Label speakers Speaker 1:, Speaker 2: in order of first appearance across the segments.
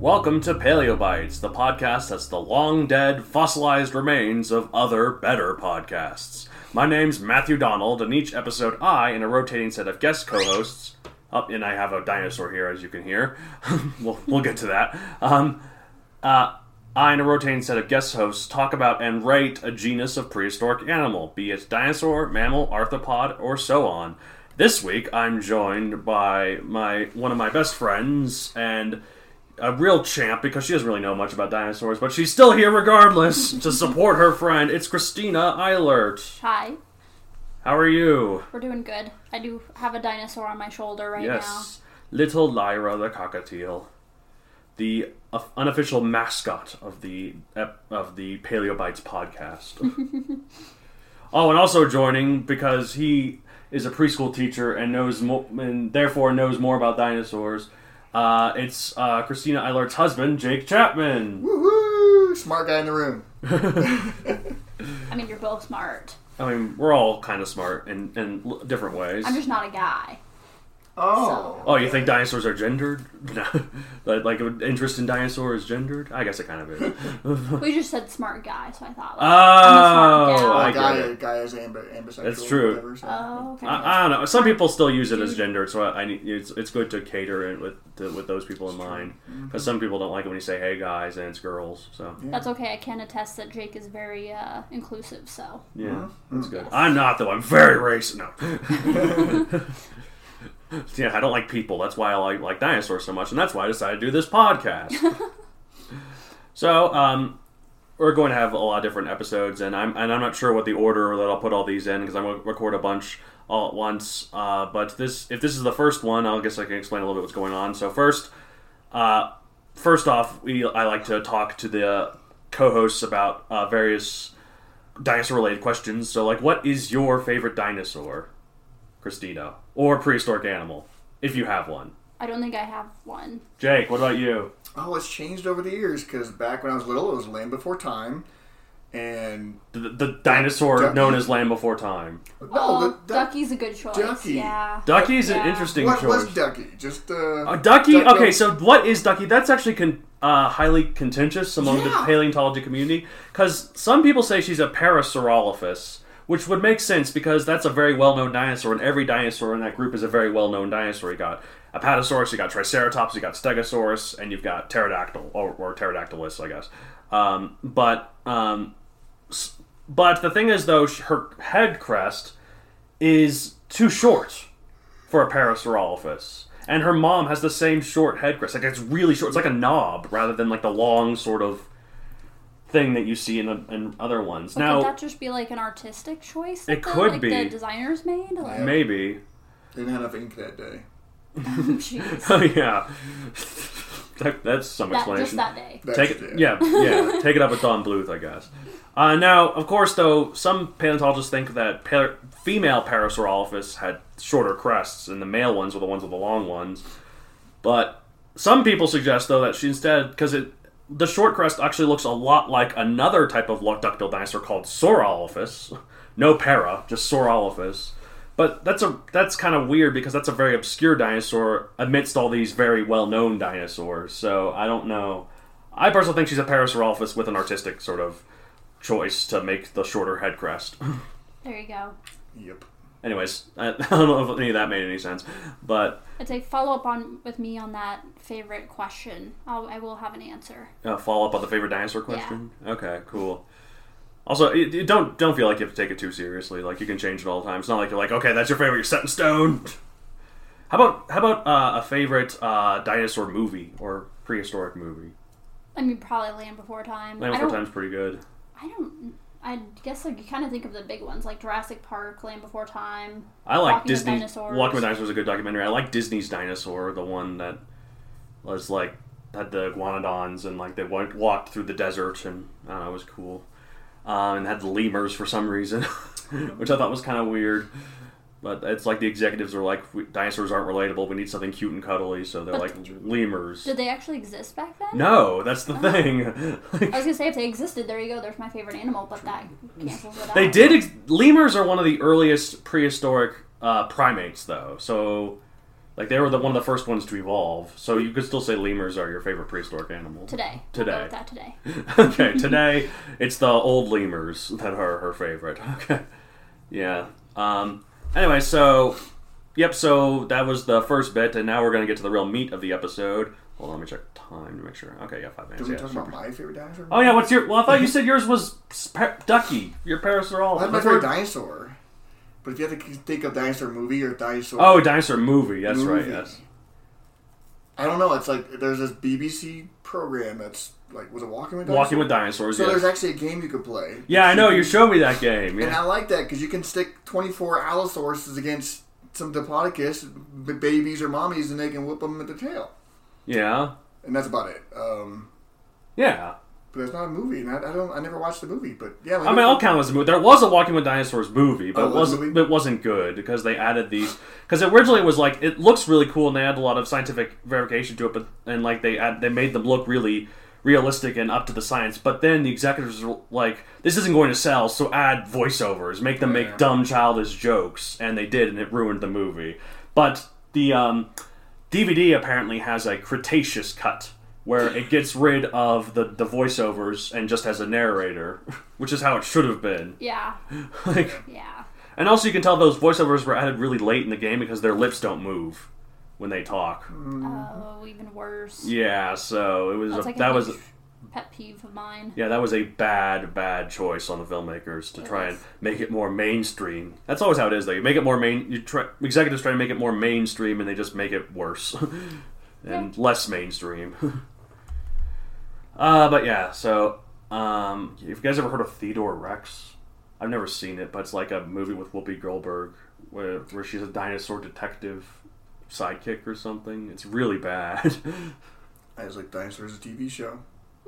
Speaker 1: Welcome to Paleobites, the podcast that's the long dead, fossilized remains of other, better podcasts. My name's Matthew Donald, and each episode I and a rotating set of guest co hosts. Up, and I have a dinosaur here, as you can hear. we'll, we'll get to that. Um, uh, I and a rotating set of guest hosts talk about and rate a genus of prehistoric animal, be it dinosaur, mammal, arthropod, or so on. This week, I'm joined by my one of my best friends and a real champ because she doesn't really know much about dinosaurs, but she's still here regardless to support her friend. It's Christina Eilert.
Speaker 2: Hi,
Speaker 1: How are you?
Speaker 2: we're doing good. I do have a dinosaur on my shoulder right
Speaker 1: Yes, little Lyra the cockatiel, the of- unofficial mascot of the ep- of the Paleobites podcast. oh, and also joining because he is a preschool teacher and knows mo- and therefore knows more about dinosaurs. Uh, it's uh, Christina Eilert's husband, Jake Chapman.
Speaker 3: Woohoo! Smart guy in the room.
Speaker 2: now. I mean, you're both smart.
Speaker 1: I mean, we're all kind of smart in, in l- different ways.
Speaker 2: I'm just not a guy.
Speaker 3: Oh.
Speaker 1: Oh, you think dinosaurs are gendered? No. like, like interest in dinosaurs is gendered? I guess it kind of is.
Speaker 2: We just said smart guy, so I thought.
Speaker 1: Oh,
Speaker 2: Like, I'm a smart
Speaker 1: I
Speaker 2: gal.
Speaker 1: get
Speaker 3: guy,
Speaker 1: it.
Speaker 3: guy is amb- ambisexual.
Speaker 1: That's true.
Speaker 3: Whatever, so.
Speaker 2: oh, okay.
Speaker 1: I, I don't know. Some people still use it as gendered, so I, I need, it's it's good to cater it with to, with those people in mind because some people don't like it when you say "Hey guys" and it's girls. So yeah,
Speaker 2: That's okay. I can attest that Jake is very uh, inclusive. So
Speaker 1: that's good. I'm not though. I'm very racist. No. yeah, I don't like people. That's why I like, like dinosaurs so much, and that's why I decided to do this podcast. so um, we're going to have a lot of different episodes, and I'm and I'm not sure what the order that I'll put all these in because I'm going to record a bunch all at once. Uh, but this, if this is the first one, I guess I can explain a little bit what's going on. So first, uh, first off, we I like to talk to the uh, co-hosts about uh, various dinosaur-related questions. So like, what is your favorite dinosaur, Christina, or prehistoric animal, if you have one?
Speaker 2: I don't think I have one.
Speaker 1: Jake, what about you?
Speaker 3: Oh, it's changed over the years because back when I was little, it was Land Before Time. And.
Speaker 1: The, the dinosaur
Speaker 3: Ducky.
Speaker 1: known as Land Before Time.
Speaker 3: No,
Speaker 2: oh,
Speaker 3: the, duck-
Speaker 2: Ducky's a good choice.
Speaker 3: Ducky.
Speaker 2: Yeah.
Speaker 1: Ducky's an
Speaker 2: Yeah.
Speaker 1: interesting
Speaker 3: What
Speaker 1: choice.
Speaker 3: was Ducky? Just. Uh,
Speaker 1: Uh, Ducky.
Speaker 3: Duck-
Speaker 1: okay, so what is Ducky? That's actually con- uh, highly contentious among the
Speaker 3: Yeah.
Speaker 1: paleontology community because some people say she's a Parasaurolophus, which would make sense because that's a very well-known dinosaur, and every dinosaur in that group is a very well-known dinosaur. You got Apatosaurus, you got Triceratops, you got Stegosaurus, and you've got Pterodactyl or, or Pterodactylus, I guess. Um, but um, s- but the thing is, though, sh- her head crest is too short for a Parasaurolophus. And her mom has the same short head crest. Like it's really short. It's like a knob rather than like the long sort of thing that you see in, the, in other ones.
Speaker 2: But
Speaker 1: now
Speaker 2: could that just be like an artistic choice? that
Speaker 1: It
Speaker 2: the,
Speaker 1: could
Speaker 2: like,
Speaker 1: be.
Speaker 2: The designers made. Like,
Speaker 1: maybe.
Speaker 3: Didn't have enough ink that day.
Speaker 2: jeez.
Speaker 1: Oh yeah. that, that's some
Speaker 2: that just
Speaker 1: explanation.
Speaker 2: that day.
Speaker 3: That's
Speaker 1: Take
Speaker 3: it.
Speaker 1: it, yeah, yeah. Take it up with Don Bluth, I guess. Uh, now, of course, though, some paleontologists think that par- female Parasaurolophus had shorter crests, and the male ones were the ones with the long ones. But some people suggest, though, that she instead, because it the short crest actually looks a lot like another type of duckbill dinosaur called Saurolophus. No para, just Saurolophus. But that's a that's kind of weird because that's a very obscure dinosaur amidst all these very well known dinosaurs. So I don't know. I personally think she's a Parasaurolophus with an artistic sort of choice to make the shorter head crest.
Speaker 2: There you go.
Speaker 3: Yep.
Speaker 1: Anyways, I, I don't know if any of that made any sense, but
Speaker 2: I'd say follow up on with me on that favorite question. I'll, I will have an answer.
Speaker 1: uh, follow up on the favorite dinosaur question. Okay, cool. Also, it, it- don't don't feel like you have to take it too seriously. Like you can change it all the time. It's not like you're like, okay, that's your favorite. You're set in stone. How about how about uh, a favorite uh, dinosaur movie or prehistoric movie?
Speaker 2: I mean, probably Land Before Time.
Speaker 1: Land
Speaker 2: I
Speaker 1: Before
Speaker 2: don't.
Speaker 1: Time's pretty good.
Speaker 2: I don't. I guess like you kind of think of the big ones like Jurassic Park, Land Before Time.
Speaker 1: I like
Speaker 2: Walking with
Speaker 1: Disney.
Speaker 2: Dinosaurs.
Speaker 1: Walking with Dinosaurs is a good documentary. I like Disney's Dinosaur, the one that was like had the iguanodons and like they wa- walked through the desert and I don't know, it was cool. Um, and had the lemurs for some reason, which I thought was kind of weird. But it's like the executives are like, we, dinosaurs aren't relatable. We need something cute and cuddly, so they're like
Speaker 2: But-
Speaker 1: lemurs.
Speaker 2: Did they actually exist back then?
Speaker 1: no, that's the
Speaker 2: Uh-huh.
Speaker 1: thing.
Speaker 2: I was gonna say if they existed, there you go. There's my favorite animal, but that cancels it out.
Speaker 1: They did. Ex- lemurs are one of the earliest prehistoric uh, primates, though. So Like they were the one of the first ones to evolve, so you could still say lemurs are your favorite prehistoric animal.
Speaker 2: Today. We'll
Speaker 1: Today.
Speaker 2: go with that today.
Speaker 1: okay, today it's the old lemurs that are her favorite. Okay, yeah. Um. Anyway, so yep. So that was the first bit, and now we're gonna get to the real meat of the episode. Hold on, let me check time to make sure. Okay, yeah, five minutes.
Speaker 3: Did we
Speaker 1: yeah.
Speaker 3: talk about my favorite dinosaur?
Speaker 1: Oh yeah, what's your? Well, I thought you said yours was pa- Ducky. Your parents are all.
Speaker 3: Well, that's my favorite dinosaur. But if you have to think of dinosaur movie or dinosaur,
Speaker 1: Oh, dinosaur movie. That's right.
Speaker 3: Movie.
Speaker 1: Yes.
Speaker 3: I don't know. It's like there's this BBC program that's like was it Walking with Dinosaurs?
Speaker 1: Walking with dinosaurs.
Speaker 3: So
Speaker 1: yes.
Speaker 3: there's actually a game you could play.
Speaker 1: yeah, I know. You showed me that game.
Speaker 3: And
Speaker 1: Yeah.
Speaker 3: I like that because you can stick 24 Allosauruses against some Diplodocus b- babies or mommies, and they can whip them at the tail.
Speaker 1: Yeah.
Speaker 3: And that's about it. Um,
Speaker 1: Yeah.
Speaker 3: but that's not a movie, and I, I don't. I never watched the movie, but yeah.
Speaker 1: I mean, I'll count it as a movie. There was a Walking with Dinosaurs movie, but it
Speaker 3: Oh, was
Speaker 1: wasn't.
Speaker 3: a movie?
Speaker 1: It wasn't good because they added these. Because originally it was like it looks really cool, and they add a lot of scientific verification to it, but and like they add, they made them look really realistic and up to the science. But then the executives were like, "This isn't going to sell, so add voiceovers, make them make
Speaker 3: Yeah.
Speaker 1: dumb childish jokes," and they did, and it ruined the movie. But the um, DVD apparently has a Cretaceous cut where it gets rid of the, the voiceovers and just has a narrator, which is how it should have been.
Speaker 2: Yeah.
Speaker 1: Like,
Speaker 2: Yeah.
Speaker 1: and also you can tell those voiceovers were added really late in the game because their lips don't move when they talk.
Speaker 2: Oh, even worse.
Speaker 1: Yeah, so it was
Speaker 2: That's
Speaker 1: a,
Speaker 2: like a
Speaker 1: that was
Speaker 2: huge pet peeve of mine.
Speaker 1: yeah that was a bad bad choice on the filmmakers to
Speaker 2: It
Speaker 1: try
Speaker 2: was.
Speaker 1: and make it more mainstream. That's always how it is though. You make it more main. You try, executives try to make it more mainstream and they just make it worse and less mainstream. uh, but yeah, so um, if you guys ever heard of Theodore Rex? I've never seen it, but it's like a movie with Whoopi Goldberg where, where she's a dinosaur detective sidekick or something. It's really bad.
Speaker 3: I was like, dinosaurs is a TV show.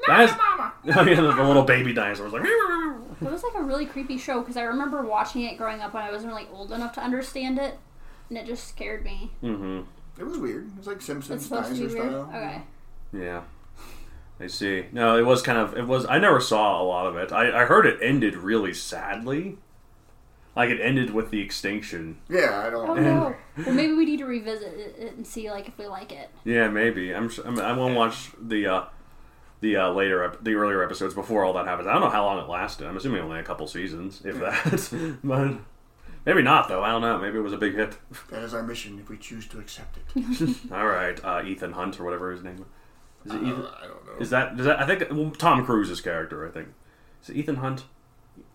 Speaker 1: Dinos- oh yeah, the little baby dinosaurs like. "Meow, meow, meow."
Speaker 2: It was like a really creepy show because I remember watching it growing up when I wasn't really old enough to understand it, and it just scared me.
Speaker 3: It was weird. It was like
Speaker 2: It's
Speaker 3: Simpsons
Speaker 2: supposed to
Speaker 3: dinosaur
Speaker 2: be weird.
Speaker 3: style.
Speaker 2: Okay.
Speaker 1: Yeah. I see. No, it was kind of it was I never saw a lot of it. I, I heard it ended really sadly. Like it ended with the extinction.
Speaker 3: Yeah, I
Speaker 2: Oh
Speaker 3: don't.
Speaker 2: no. Well, maybe we need to revisit it it and see like if we like it.
Speaker 1: Yeah, maybe. I'm sure, I, mean, I want to watch the uh the uh, later ep- the earlier episodes before all that happens. I don't know how long it lasted. I'm assuming only a couple seasons, if that. but maybe not though. I don't know. Maybe it was a big hit.
Speaker 3: That is our mission if we choose to accept it.
Speaker 1: all right, uh, Ethan Hunt or whatever his name. Is it Ethan?
Speaker 3: Uh, I don't know.
Speaker 1: Is that does that? I think well, Tom Cruise's character. I think is it Ethan Hunt.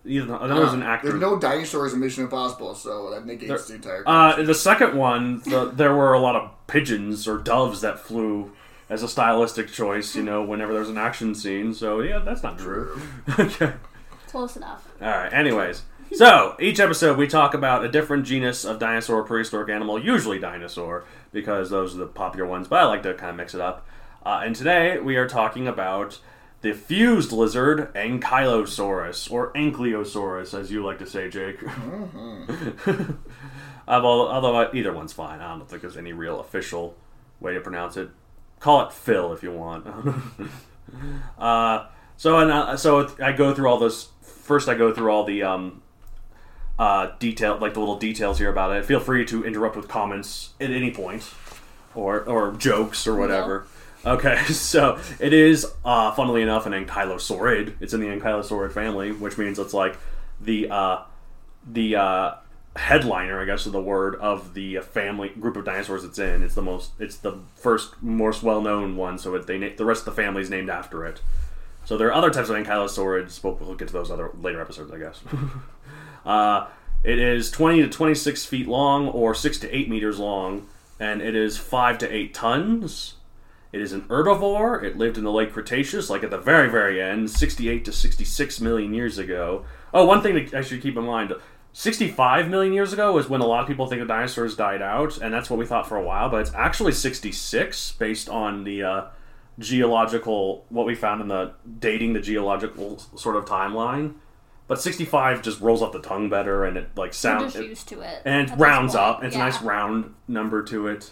Speaker 1: Ethan. Hunt. I know there's an
Speaker 3: Uh,
Speaker 1: actor.
Speaker 3: There's no dinosaurs in Mission Impossible, so that negates the entire.
Speaker 1: uh, the second one, the, there were a lot of pigeons or doves that flew as a stylistic choice. You know, whenever there's an action scene. So yeah, that's not true. okay.
Speaker 2: Close enough.
Speaker 1: All right. Anyways, so each episode we talk about a different genus of dinosaur, or prehistoric animal, usually dinosaur, because those are the popular ones. But I like to kind of mix it up. Uh, and today we are talking about the fused lizard, Ankylosaurus, or Ankylosaurus, as you like to say, Jake. Uh, well, although uh, either one's fine. I don't think there's any real official way to pronounce it. Call it Phil if you want. uh, so and uh, so I go through all those. First, I go through all the um, uh, detail, like the little details here about it. Feel free to interrupt with comments at any point, or or jokes or whatever. Okay, so it is, uh, funnily enough, an ankylosaurid. It's in the ankylosaurid family, which means it's like the uh, the uh, headliner, I guess, is the word of the family group of dinosaurs it's in. It's the most, it's the first most well known one. So it, they na- the rest of the family's named after it. So there are other types of ankylosaurids, but we'll get to those other later episodes, I guess. uh, it is 20 to 26 feet long, or 6 to 8 meters long, and it is 5 to 8 tons. It is an herbivore. It lived in the late Cretaceous, like at the very, very end, 68 to 66 million years ago. Oh, one thing to actually keep in mind 65 million years ago is when a lot of people think the dinosaurs died out, and that's what we thought for a while, but it's actually 66 based on the uh, geological, what we found in the dating the geological s- sort of timeline. But 65 just rolls off the tongue better, and it like
Speaker 2: I'm
Speaker 1: sounds
Speaker 2: just used to it.
Speaker 1: and
Speaker 2: at
Speaker 1: it
Speaker 2: this
Speaker 1: rounds
Speaker 2: point.
Speaker 1: up. It's
Speaker 2: Yeah.
Speaker 1: a nice round number to it.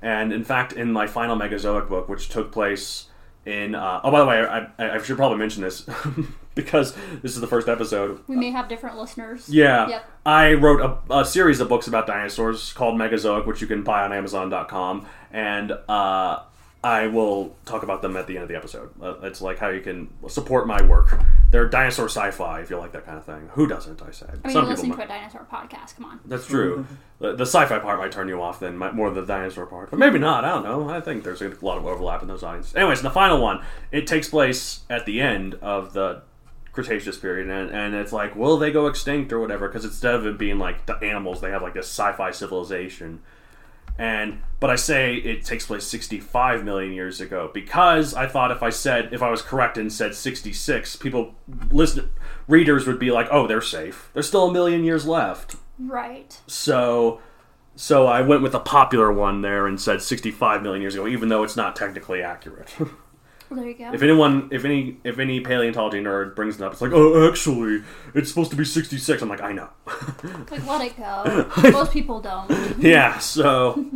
Speaker 1: And in fact, in my final Megazoic book, which took place in. Uh, oh, by the way, I, I, I should probably mention this because this is the first episode.
Speaker 2: We may have different listeners.
Speaker 1: Yeah.
Speaker 2: Yep.
Speaker 1: I wrote a, a series of books about dinosaurs called Megazoic, which you can buy on Amazon.com, and uh, I will talk about them at the end of the episode. Uh, it's like how you can support my work. They're dinosaur sci-fi, if you like that kind of thing. Who doesn't? I say.
Speaker 2: I mean, you're listening to a dinosaur podcast. Come on.
Speaker 1: That's true. the, the sci-fi part might turn you off then, mi- more than the dinosaur part, but maybe not. I don't know. I think there's a lot of overlap in those audiences. Anyways, the final one it takes place at the end of the Cretaceous period, and, and it's like, will they go extinct or whatever? Because instead of it being like the animals, they have like this sci-fi civilization. And but I say it takes place 65 million years ago because I thought if I said if I was correct and said 66, people listen readers would be like, "Oh, they're safe. There's still a million years left."
Speaker 2: Right.
Speaker 1: So, so I went with a popular one there and said 65 million years ago, even though it's not technically accurate.
Speaker 2: Well, there you go.
Speaker 1: if anyone, if any, if any paleontology nerd brings it up, it's like, oh, actually, it's supposed to be 66. I'm like, I know.
Speaker 2: like, let it go. Most people don't.
Speaker 1: yeah. So,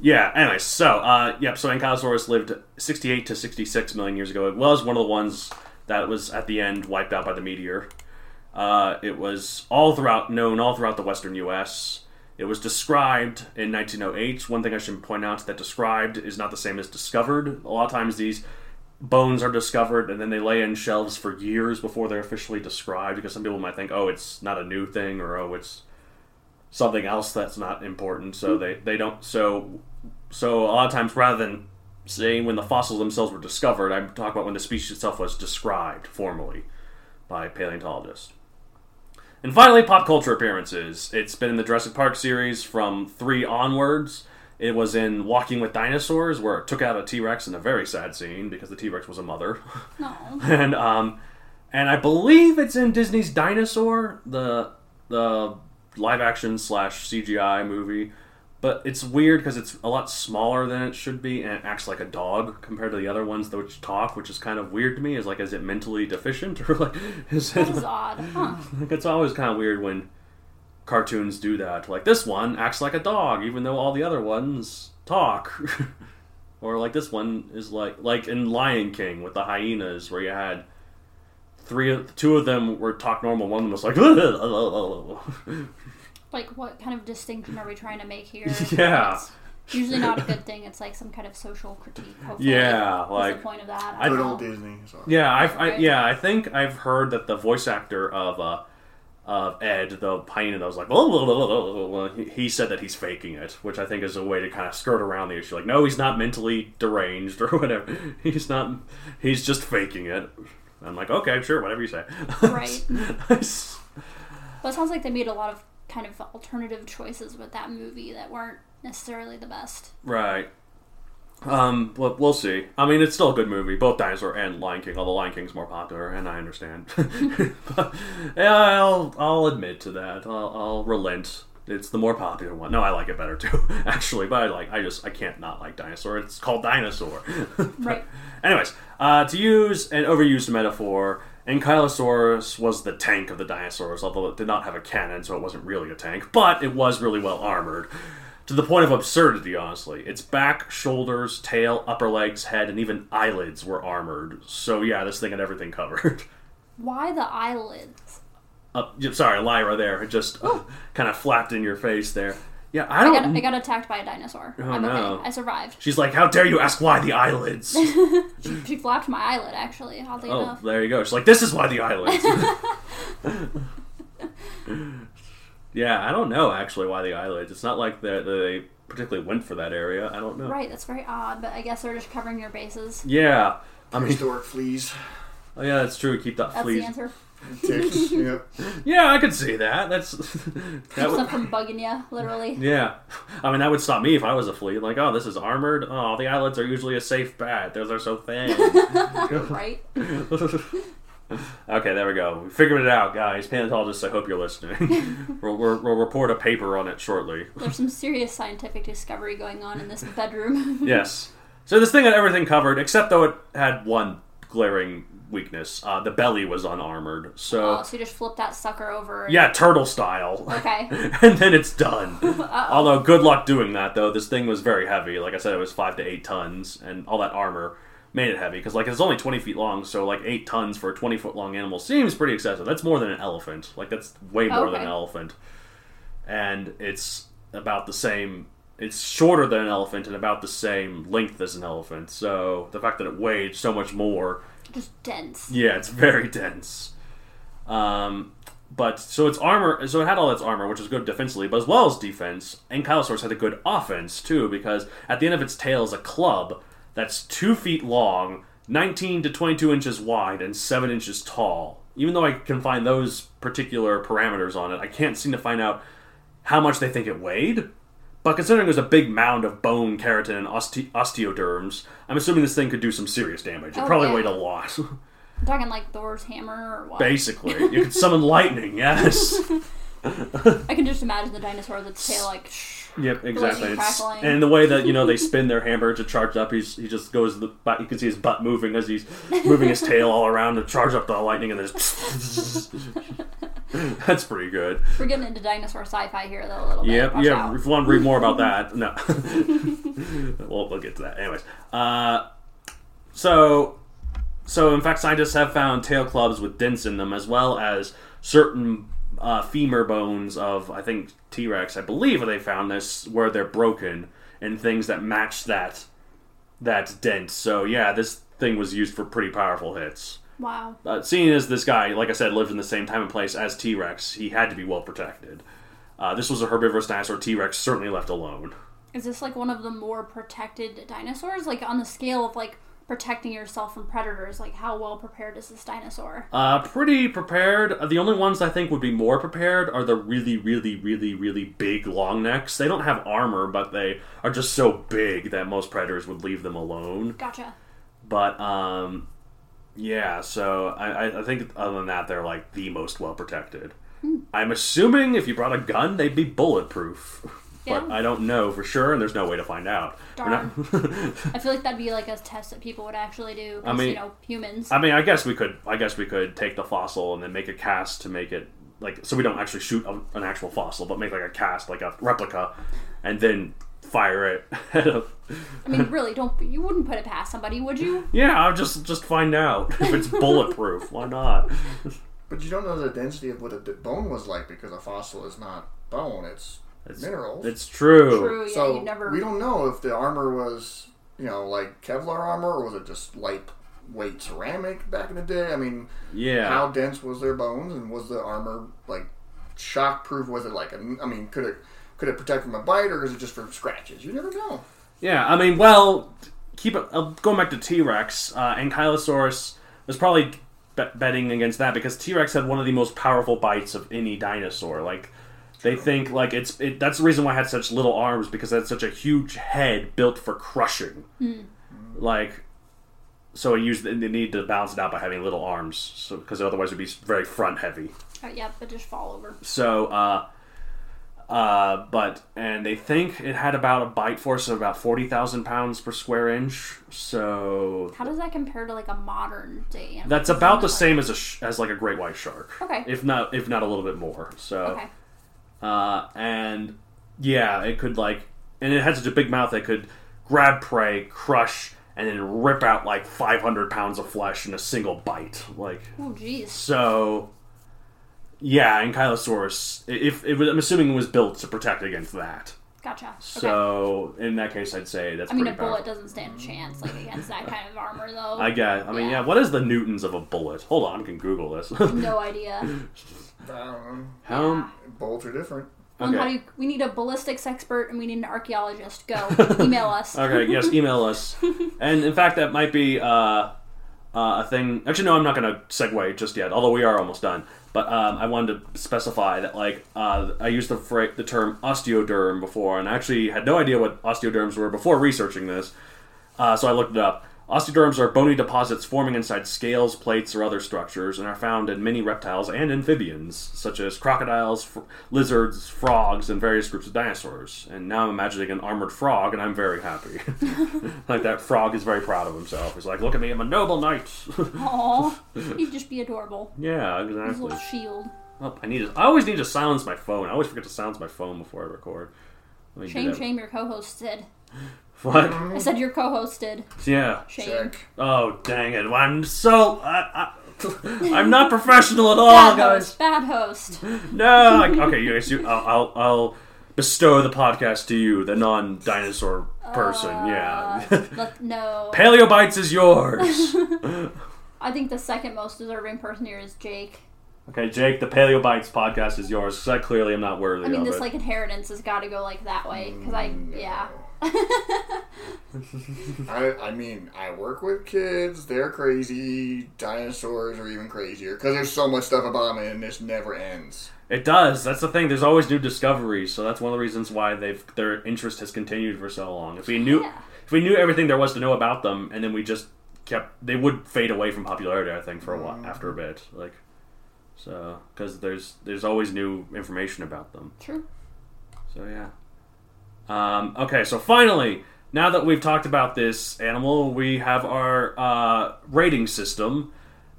Speaker 1: yeah. Anyway, so uh, yep. So Ankylosaurus lived 68 to 66 million years ago. It was one of the ones that was at the end wiped out by the meteor. Uh, it was all throughout known all throughout the western U.S. It was described in 1908. One thing I should point out is that described is not the same as discovered. A lot of times these bones are discovered and then they lay in shelves for years before they're officially described because some people might think, oh, it's not a new thing or oh, it's something else that's not important. So they, they don't. So so a lot of times rather than saying when the fossils themselves were discovered, I talk about when the species itself was described formally by paleontologists. And finally, pop culture appearances. It's been in the Jurassic Park series from three onwards. It was in Walking with Dinosaurs, where it took out a T Rex in a very sad scene because the T Rex was a mother.
Speaker 2: No.
Speaker 1: and um, and I believe it's in Disney's Dinosaur, the the live action slash CGI movie. But it's weird because it's a lot smaller than it should be, and it acts like a dog compared to the other ones that which talk, which is kind of weird to me. Is like, is it mentally deficient or like is it?
Speaker 2: That is odd. Huh.
Speaker 1: Like it's always kind of weird when cartoons do that. Like this one acts like a dog, even though all the other ones talk. or like this one is like like in Lion King with the hyenas, where you had three, of- two of them were talk normal, one of them was like.
Speaker 2: Like, what kind of distinction are we trying to make here?
Speaker 1: Yeah.
Speaker 2: It's usually not a good thing. It's like some kind of social critique. Hopefully.
Speaker 1: Yeah,
Speaker 2: What's
Speaker 1: like-
Speaker 2: the point of that.
Speaker 1: I
Speaker 3: Good
Speaker 2: don't
Speaker 3: old
Speaker 2: know.
Speaker 3: Disney. Sorry.
Speaker 1: Yeah, I've, I yeah, I think I've heard that the voice actor of uh, of Ed, the hyena that was like, "Oh, blah, blah, blah, blah, blah," he- he said that he's faking it, which I think is a way to kind of skirt around the issue. Like, no, he's not mentally deranged or whatever. He's not. He's just faking it. I'm like, okay, sure, whatever you say.
Speaker 2: Right.
Speaker 1: yeah,
Speaker 2: Well, it sounds like they made a lot of kind of alternative choices with that movie that weren't necessarily the best.
Speaker 1: Right. Um, but we'll see. I mean, it's still a good movie, both Dinosaur and Lion King. Although Lion King's more popular, and I understand. but yeah, I'll I'll admit to that. I'll, I'll relent. It's the more popular one. No, I like it better too, actually. But I like I just I can't not like Dinosaur. It's called Dinosaur.
Speaker 2: Right.
Speaker 1: Anyways, uh, to use an overused metaphor, Ankylosaurus was the tank of the dinosaurs, although it did not have a cannon, so it wasn't really a tank, but it was really well armored. To the point of absurdity, honestly. Its back, shoulders, tail, upper legs, head, and even eyelids were armored. So, yeah, this thing had everything covered.
Speaker 2: Why the eyelids?
Speaker 1: Uh, yeah, sorry, Lyra there. It just uh, kind of flapped in your face there. Yeah, I
Speaker 2: I
Speaker 1: don't.
Speaker 2: got, I got attacked by a dinosaur. I'm okay.
Speaker 1: Oh, no.
Speaker 2: I survived.
Speaker 1: She's like, how dare you ask why the eyelids?
Speaker 2: She, she flapped my eyelid, actually, oddly
Speaker 1: Oh,
Speaker 2: enough.
Speaker 1: there you go. She's like, this is why the eyelids. yeah, I don't know actually why the eyelids. It's not like that they particularly went for that area. I don't know.
Speaker 2: Right, that's very odd, but I guess they're just covering your bases.
Speaker 1: Yeah, I mean,
Speaker 3: Historic fleas.
Speaker 1: oh, yeah, that's true. Keep that
Speaker 2: That's
Speaker 1: fleas.
Speaker 2: the answer.
Speaker 3: Ticks. yep.
Speaker 1: Yeah, I could see that. That's that
Speaker 2: Keeps
Speaker 1: would.
Speaker 2: them from bugging you, literally.
Speaker 1: Yeah, I mean that would stop me if I was a flea. Like, oh, this is armored. Oh, the eyelids are usually a safe bet. Those are so thin.
Speaker 2: right?
Speaker 1: okay, there we go. We figured it out, guys. Paleontologists, I hope you're listening. we'll, we'll, we'll report a paper on it shortly.
Speaker 2: There's some serious scientific discovery going on in this bedroom.
Speaker 1: Yes. So this thing had everything covered, except though it had one glaring weakness. Uh, the belly was unarmored. So,
Speaker 2: oh, so you just flip that sucker over. and-
Speaker 1: yeah, turtle style.
Speaker 2: Okay.
Speaker 1: and then it's done. Although, good luck doing that, though. This thing was very heavy. Like I said, it was five to eight tons, and all that armor made it heavy because like it's only 20 feet long so like 8 tons for a 20 foot long animal seems pretty excessive that's more than an elephant like that's way more than
Speaker 2: Okay.
Speaker 1: an elephant and it's about the same it's shorter than an elephant and about the same length as an elephant so the fact that it weighed so much more
Speaker 2: Just dense.
Speaker 1: yeah it's very dense um but so its armor so it had all its armor which was good defensively but as well as defense ankylosaurus had a good offense too because at the end of its tail is a club that's two feet long 19 to 22 inches wide and 7 inches tall even though i can find those particular parameters on it i can't seem to find out how much they think it weighed but considering it was a big mound of bone keratin and oste- osteoderms i'm assuming this thing could do some serious damage it
Speaker 2: Oh,
Speaker 1: probably
Speaker 2: yeah.
Speaker 1: weighed a lot
Speaker 2: I'm talking like Thor's hammer or what?
Speaker 1: Basically, you could summon lightning. Yes.
Speaker 2: I can just imagine the dinosaur with its tail like. Shh.
Speaker 1: yep. Exactly. It's,
Speaker 2: crackling.
Speaker 1: and the way that you know they spin their hammer to charge up, he's he just goes the butt. You can see his butt moving as he's moving his tail all around to charge up the lightning, and there's. That's pretty good.
Speaker 2: We're getting into dinosaur sci-fi here though a little bit.
Speaker 1: Yep,
Speaker 2: Watch
Speaker 1: yeah.
Speaker 2: out.
Speaker 1: If you want to read more about that, no. we'll, we'll get to that. Anyways, uh, so so in fact, scientists have found tail clubs with dents in them, as well as certain uh, femur bones of I think T Rex. I believe they found this where they're broken and things that match that that dent. So yeah, this thing was used for pretty powerful hits.
Speaker 2: Wow.
Speaker 1: Uh, seeing as this guy, like I said, lived in the same time and place as T Rex, he had to be well protected. Uh, this was a herbivorous dinosaur T Rex, certainly left alone.
Speaker 2: Is this like one of the more protected dinosaurs? Like on the scale of like protecting yourself from predators, like how well prepared is this dinosaur?
Speaker 1: Uh, pretty prepared. Uh, The only ones I think would be more prepared are the really, really, really, really big long necks. They don't have armor, but they are just so big that most predators would leave them alone.
Speaker 2: Gotcha.
Speaker 1: But, um, yeah, so I, I- I think other than that, they're like the most well protected.
Speaker 2: Hmm.
Speaker 1: I'm assuming if you brought a gun, they'd be bulletproof. But
Speaker 2: Yeah.
Speaker 1: I don't know for sure, and there's no way to find out. We're not-
Speaker 2: I feel like that'd be like a test that people would actually do. 'cause,
Speaker 1: I mean-
Speaker 2: you know, humans.
Speaker 1: I mean, I guess we could. I guess we could take the fossil and then make a cast to make it like so we don't actually shoot a, an actual fossil, but make like a cast, like a replica, and then fire it. at a-
Speaker 2: I mean, really, don't you wouldn't put it past somebody, would you?
Speaker 1: yeah, I'll just just find out if it's bulletproof. Why not?
Speaker 3: But you don't know the density of what a d- bone was like because a fossil is not bone; it's,
Speaker 1: It's-
Speaker 3: minerals.
Speaker 1: It's true.
Speaker 2: True. Yeah,
Speaker 3: so
Speaker 2: you'd never.
Speaker 3: we don't know if the armor was, you know, like Kevlar armor or was it just light weight ceramic back in the day? I mean,
Speaker 1: Yeah.
Speaker 3: how dense was their bones and was the armor like shockproof? Was it like a, I mean, could it could it protect from a bite or is it just from scratches? You never know.
Speaker 1: Yeah, I mean, well, keep it. Uh, going back to T Rex, uh, Ankylosaurus was probably bet betting against that because T Rex had one of the most powerful bites of any dinosaur. Like, they think like it's it, that's the reason why it had such little arms because it had such a huge head built for crushing. Like, so it used they need to balance it out by having little arms, so because otherwise it'd be very front heavy.
Speaker 2: Uh, yeah, but just fall over.
Speaker 1: So, uh, uh, but and they think it had about a bite force of about forty thousand pounds per square inch. So
Speaker 2: How does that compare to like a modern day? animal?
Speaker 1: that's about the same as a sh- as like a great white shark.
Speaker 2: Okay.
Speaker 1: If not, if not a little bit more. So,
Speaker 2: Okay.
Speaker 1: uh, and yeah, it could like, and it had such a big mouth that could grab prey, crush, and then rip out like five hundred pounds of flesh in a single bite. Like,
Speaker 2: Oh, jeez.
Speaker 1: so, yeah, and Kylosaurus, i- if it was, I'm assuming it was built to protect against that.
Speaker 2: Gotcha. Okay.
Speaker 1: So, in that case, I'd say that's
Speaker 2: I mean, a
Speaker 1: pretty
Speaker 2: bullet
Speaker 1: powerful.
Speaker 2: doesn't stand a chance like against that kind of armor, though.
Speaker 1: I guess. I mean, yeah.
Speaker 2: Yeah.
Speaker 1: What is the newtons of a bullet? Hold on, I can Google this.
Speaker 2: no idea.
Speaker 3: I don't know.
Speaker 1: How?
Speaker 3: Bolts are different.
Speaker 2: Um, how do
Speaker 1: Okay.
Speaker 2: you, we need a ballistics expert and we need an archaeologist. Go email us.
Speaker 1: Okay. Yes. Email us. And in fact, that might be uh, uh, a thing. Actually, no. I'm not going to segue just yet. Although we are almost done. But um, I wanted to specify that, like, uh, I used the fra- the term osteoderm before, and I actually had no idea what osteoderms were before researching this. Uh, so I looked it up. Osteoderms are bony deposits forming inside scales, plates, or other structures, and are found in many reptiles and amphibians, such as crocodiles, fr- lizards, frogs, and various groups of dinosaurs. And now I'm imagining an armored frog, and I'm very happy. like that frog is very proud of himself. He's like, "Look at me, I'm a noble knight."
Speaker 2: Aw, he'd just be adorable.
Speaker 1: yeah,
Speaker 2: His
Speaker 1: exactly.
Speaker 2: little shield.
Speaker 1: Oh, I need. To, I always need to silence my phone. I always forget to silence my phone before I record. Let me do
Speaker 2: Shame,
Speaker 1: that.
Speaker 2: shame, your co-host said.
Speaker 1: What?
Speaker 2: I said your co-host did.
Speaker 1: Yeah.
Speaker 2: Shane.
Speaker 3: Check.
Speaker 1: Oh dang it! I'm so I, I I'm not professional at all,
Speaker 2: Bad
Speaker 1: guys.
Speaker 2: host. Bad host.
Speaker 1: No. I, okay, you guys. You, I'll, I'll I'll bestow the podcast to you, the non-dinosaur person. yeah.
Speaker 2: Uh, let- no.
Speaker 1: Paleobites is yours.
Speaker 2: I think the second most deserving person here is Jake.
Speaker 1: okay, Jake. The Paleobites podcast is yours because I clearly am not worthy
Speaker 2: I mean,
Speaker 1: of
Speaker 2: this
Speaker 1: it. Mm,
Speaker 2: like inheritance has got to go like that way because I yeah.
Speaker 3: I, I mean, I work with kids. They're crazy. Dinosaurs are even crazier because there's so much stuff about them, and this never ends.
Speaker 1: It does. That's the thing. There's always new discoveries, so that's one of the reasons why they've their interest has continued for so long. If we knew,
Speaker 2: Yeah.
Speaker 1: if we knew everything there was to know about them, and then we just kept, they would fade away from popularity. I think for a while after a bit, like, so because there's there's always new information about them.
Speaker 2: True.
Speaker 1: So yeah. Um, okay, so finally, now that we've talked about this animal, we have our uh, rating system.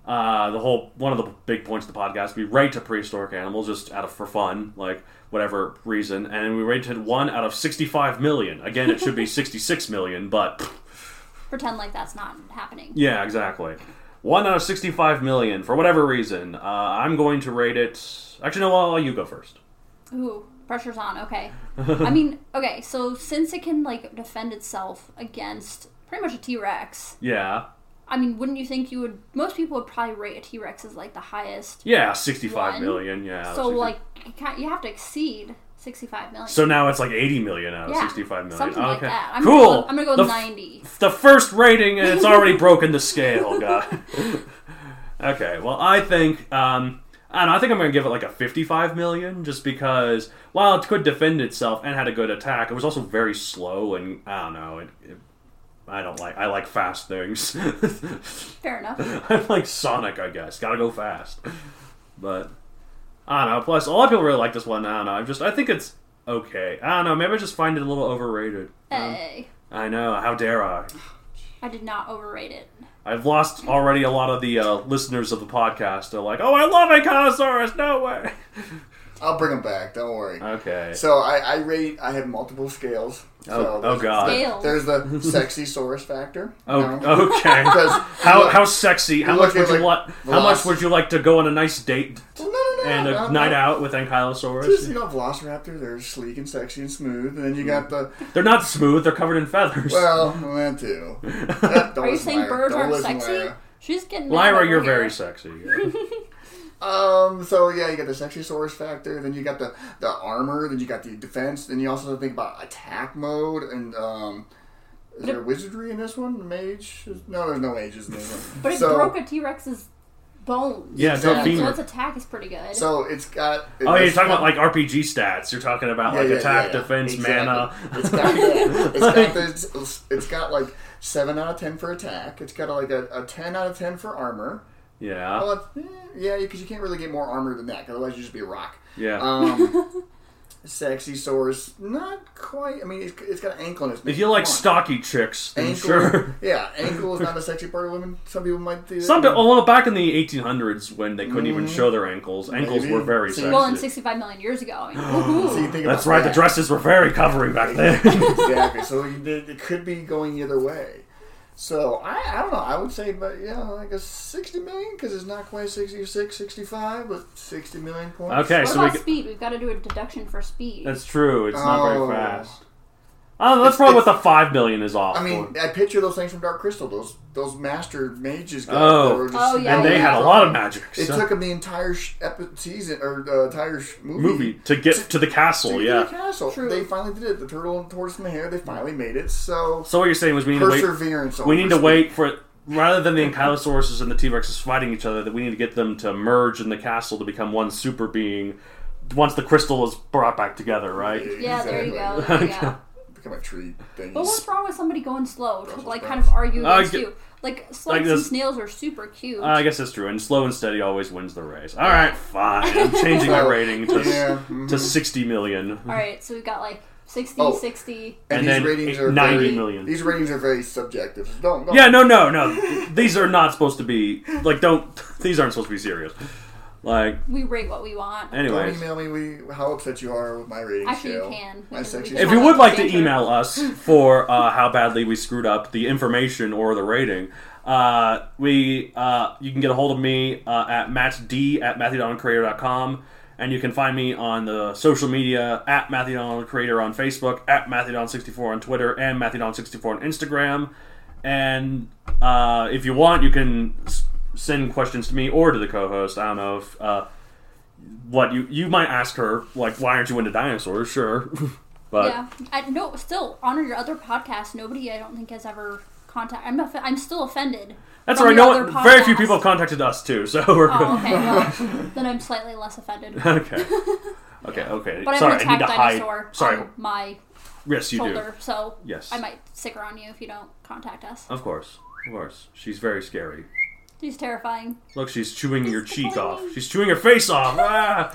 Speaker 1: Uh, the whole one of the big points of the podcast, we rate a prehistoric animal just out of for fun, like whatever reason, and we rated one out of sixty-five million. Again, it should be sixty-six million, but
Speaker 2: Pretend like that's not happening.
Speaker 1: yeah, exactly. One out of sixty-five million for whatever reason. Uh, I'm going to rate it. Actually, no, well, you go first.
Speaker 2: Ooh, pressure's on. Okay. I mean, okay. So since it can like defend itself against pretty much a T Rex,
Speaker 1: Yeah,
Speaker 2: I mean, wouldn't you think you would? Most people would probably rate a T Rex as like the highest.
Speaker 1: yeah, sixty-five
Speaker 2: One.
Speaker 1: million. Yeah.
Speaker 2: so
Speaker 1: 60
Speaker 2: like you, can't, you have to exceed sixty-five million.
Speaker 1: So now it's like 80 million out of
Speaker 2: Yeah,
Speaker 1: 65 million.
Speaker 2: something
Speaker 1: okay.
Speaker 2: like that. I'm
Speaker 1: cool.
Speaker 2: Gonna go, I'm gonna go
Speaker 1: the,
Speaker 2: with
Speaker 1: f-
Speaker 2: ninety.
Speaker 1: the first rating and it's already broken the scale, guy. okay. Well, I think um I don't know, I think I'm going to give it like a 55 million just because while it could defend itself and had a good attack, it was also very slow and I don't know, it, it I don't like I like fast things.
Speaker 2: Fair enough.
Speaker 1: I'm like Sonic, I guess. Gotta go fast. But I don't know. Plus, a lot of people really like this one. I don't know. I'm just, I think it's okay. I don't know. Maybe I just find it a little overrated. Um,
Speaker 2: Hey,
Speaker 1: I know. How dare I?
Speaker 2: I did not overrate it.
Speaker 1: I've lost already a lot of the uh, listeners of the podcast. They're like, "Oh, I love Ankylosaurus. No way."
Speaker 3: I'll bring them back. Don't worry.
Speaker 1: Okay.
Speaker 3: So I, I rate. I have multiple scales.
Speaker 1: Oh-
Speaker 3: so
Speaker 1: oh
Speaker 3: there's-
Speaker 1: God.
Speaker 2: Scales.
Speaker 3: There's the sexy source factor.
Speaker 1: Oh,
Speaker 3: No.
Speaker 1: okay.
Speaker 3: Because
Speaker 1: How,
Speaker 3: look,
Speaker 1: how sexy? How
Speaker 3: you
Speaker 1: much
Speaker 3: look
Speaker 1: would
Speaker 3: at,
Speaker 1: you like?
Speaker 3: like,
Speaker 1: How much
Speaker 3: veloc-
Speaker 1: would you like to go on a nice date
Speaker 3: Well, no, no, no,
Speaker 1: and
Speaker 3: no,
Speaker 1: a
Speaker 3: no.
Speaker 1: night out with Ankylosaurus?
Speaker 3: Just, you know, Velociraptor, they're sleek and sexy and smooth. And then you got the,
Speaker 1: They're not smooth. They're covered in feathers.
Speaker 3: well, that too. That, don't
Speaker 2: Are you
Speaker 3: listen to
Speaker 2: saying
Speaker 3: Lyra.
Speaker 2: birds
Speaker 3: Don't
Speaker 2: aren't
Speaker 3: listen to
Speaker 2: sexy?
Speaker 3: Lyra.
Speaker 2: She's getting mad
Speaker 1: Lyra,
Speaker 2: over
Speaker 1: you're
Speaker 2: here.
Speaker 1: very sexy. Oh,
Speaker 3: Um, so yeah, you got the sexy source factor, then you got the, the armor, then you got the defense, then you also think about attack mode, and um, is there wizardry in this one? Mage? No, there's no mages in this one.
Speaker 2: But it
Speaker 3: so,
Speaker 2: broke a T Rex's bones.
Speaker 1: Yeah, it's a
Speaker 2: so,
Speaker 1: femur.
Speaker 2: its attack is pretty good.
Speaker 3: So it's got.
Speaker 1: Oh, you're talking about like RPG stats. You're talking about
Speaker 3: Yeah,
Speaker 1: like
Speaker 3: yeah,
Speaker 1: attack,
Speaker 3: yeah, yeah.
Speaker 1: defense,
Speaker 3: Exactly.
Speaker 1: mana.
Speaker 3: It's got, yeah, it's got this, it's got like seven out of ten for attack. It's got like a, a ten out of ten for armor.
Speaker 1: Yeah,
Speaker 3: Well, it's- eh, yeah, because you can't really get more armor than that. 'cause Otherwise, you just be a rock.
Speaker 1: yeah.
Speaker 3: Um, sexy source, not quite. I mean, it's, it's got an ankle in its
Speaker 1: if you like
Speaker 3: Come on.
Speaker 1: stocky chicks, then
Speaker 3: ankle,
Speaker 1: sure.
Speaker 3: yeah, ankle is not a sexy part of women. Some people might do. that.
Speaker 1: Some people, well, back in the 1800s when they couldn't even show their ankles, ankles
Speaker 3: Mm. Maybe.
Speaker 1: were very
Speaker 3: See,
Speaker 1: sexy.
Speaker 2: well, and 65 million years ago. I mean, woohoo.
Speaker 3: So you think
Speaker 1: That's
Speaker 3: about
Speaker 1: right.
Speaker 3: that.
Speaker 1: The dresses were very covering back then.
Speaker 3: exactly. So you, it it could be going either way. So I, I don't know. I would say, but yeah, like a 60 million because it's not quite 66, 65, but 60 million points.
Speaker 1: okay,
Speaker 2: what
Speaker 1: so we,
Speaker 2: about
Speaker 1: g-
Speaker 2: speed? We've got to do a deduction for speed.
Speaker 1: that's true. It's not
Speaker 3: Oh.
Speaker 1: very fast. Oh, that's probably what the five million is off.
Speaker 3: I mean,
Speaker 1: for.
Speaker 3: I picture those things from Dark Crystal. Those those master mages. Guys
Speaker 1: Oh.
Speaker 3: that were just
Speaker 2: Oh, yeah,
Speaker 1: and they
Speaker 2: yeah.
Speaker 1: had a lot of magic.
Speaker 3: It
Speaker 1: so-
Speaker 3: took them the entire sh- epi- season or uh, entire sh- movie,
Speaker 1: movie to get to the
Speaker 3: to
Speaker 1: castle.
Speaker 3: get
Speaker 1: Yeah.
Speaker 3: the castle.
Speaker 2: True.
Speaker 3: They finally did it. The turtle and tortoise and the hare. They finally made it. So
Speaker 1: So what you're saying was we need to wait.
Speaker 3: perseverance.
Speaker 1: We need to
Speaker 3: over
Speaker 1: wait for rather than the ankylosauruses and the T-Rexes fighting each other. That we need to get them to merge in the castle to become one super being. Once the crystal is brought back together, right?
Speaker 2: yeah, there you go.
Speaker 3: Exactly.
Speaker 2: There you go.
Speaker 3: Become a tree thing.
Speaker 2: But what's wrong with somebody going slow to like kind
Speaker 3: sprouts.
Speaker 2: of argue
Speaker 1: Uh,
Speaker 2: against
Speaker 1: g-
Speaker 2: you? Like slugs
Speaker 1: like
Speaker 2: and
Speaker 1: this-
Speaker 2: snails are super cute.
Speaker 1: Uh, I guess that's true. And slow and steady always wins the race. All right, fine. I'm changing my
Speaker 3: So,
Speaker 1: rating to
Speaker 3: yeah, mhm.
Speaker 1: to 60 million.
Speaker 2: All right, so we've got like 60,
Speaker 3: Oh.
Speaker 2: 60.
Speaker 1: and
Speaker 3: and,
Speaker 1: then
Speaker 3: these ratings
Speaker 1: eight-
Speaker 3: are
Speaker 1: 90
Speaker 3: very,
Speaker 1: million.
Speaker 3: These ratings are very subjective. So Don't, don't
Speaker 1: Yeah, no, no, no. These are not supposed to be like. Don't. These aren't supposed to be serious. Like,
Speaker 2: We rate what we want.
Speaker 1: anyways.
Speaker 3: Don't email me we, how upset you are with my rating
Speaker 2: Actually, you
Speaker 3: scale.
Speaker 2: can.
Speaker 3: My sexy
Speaker 1: If you would like to email us for uh, how badly we screwed up the information or the rating, uh, we uh, you can get a hold of me uh, at mattd at matthewdoncreator.com. And you can find me on the social media at Matthewdon Creator on Facebook, at Matthewdon64 on Twitter, and Matthewdon64 on Instagram. And uh, if you want, you can s- send questions to me or to the co-host. I don't know if uh, what you you might ask her, like, why aren't you into dinosaurs? Sure, but
Speaker 2: Yeah, I, no. Still, honor your other podcast. Nobody, I don't think, has ever contacted. I'm, off- I'm still offended.
Speaker 1: That's all
Speaker 2: from
Speaker 1: right.
Speaker 2: your
Speaker 1: No,
Speaker 2: other
Speaker 1: one- very few
Speaker 2: podcast.
Speaker 1: people have contacted us too, so we're
Speaker 2: Oh, okay. Well, then I'm slightly less offended.
Speaker 1: good. Okay. Okay. Okay.
Speaker 2: But
Speaker 1: Sorry,
Speaker 2: I'm
Speaker 1: I need to
Speaker 2: dinosaur
Speaker 1: hide. Sorry.
Speaker 2: on my
Speaker 1: Yes, you do.
Speaker 2: shoulder, so
Speaker 1: Yes.
Speaker 2: I might stick around you if you don't contact us.
Speaker 1: Of course. Of course. She's very scary.
Speaker 2: He's terrifying.
Speaker 1: Look, she's chewing your cheek
Speaker 2: tickling
Speaker 1: off.
Speaker 2: me.
Speaker 1: She's chewing your face off. Ah!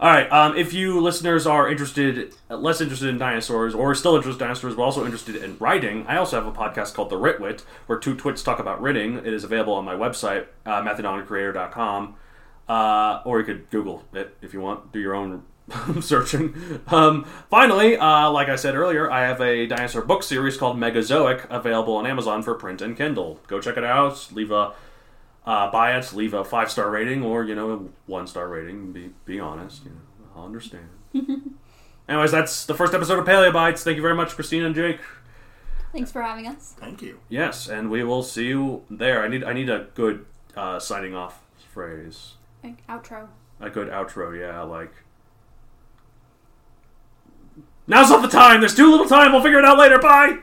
Speaker 1: All right. Um, if you listeners are interested, uh, less interested in dinosaurs, or still interested in dinosaurs, but also interested in writing, I also have a podcast called The Ritwit, where two twits talk about writing. It is available on my website, uh, methodoncreator.com, uh, or you could Google it if you want. Do your own searching. Um, finally, uh, like I said earlier, I have a dinosaur book series called Megazoic, available on Amazon for print and Kindle. Go check it out. Leave a uh, buy it, leave a five star rating, or you know, one star rating. Be be honest, you know, I'll understand. Anyways, that's the first episode of Paleobites. Thank you very much, Christina and Jake.
Speaker 2: Thanks for having us.
Speaker 3: Thank you.
Speaker 1: Yes, and we will see you there. I need I need a good uh, signing off phrase,
Speaker 2: Like, Outro.
Speaker 1: a good outro. Yeah, like now's not the time. There's too little time. We'll figure it out later. Bye.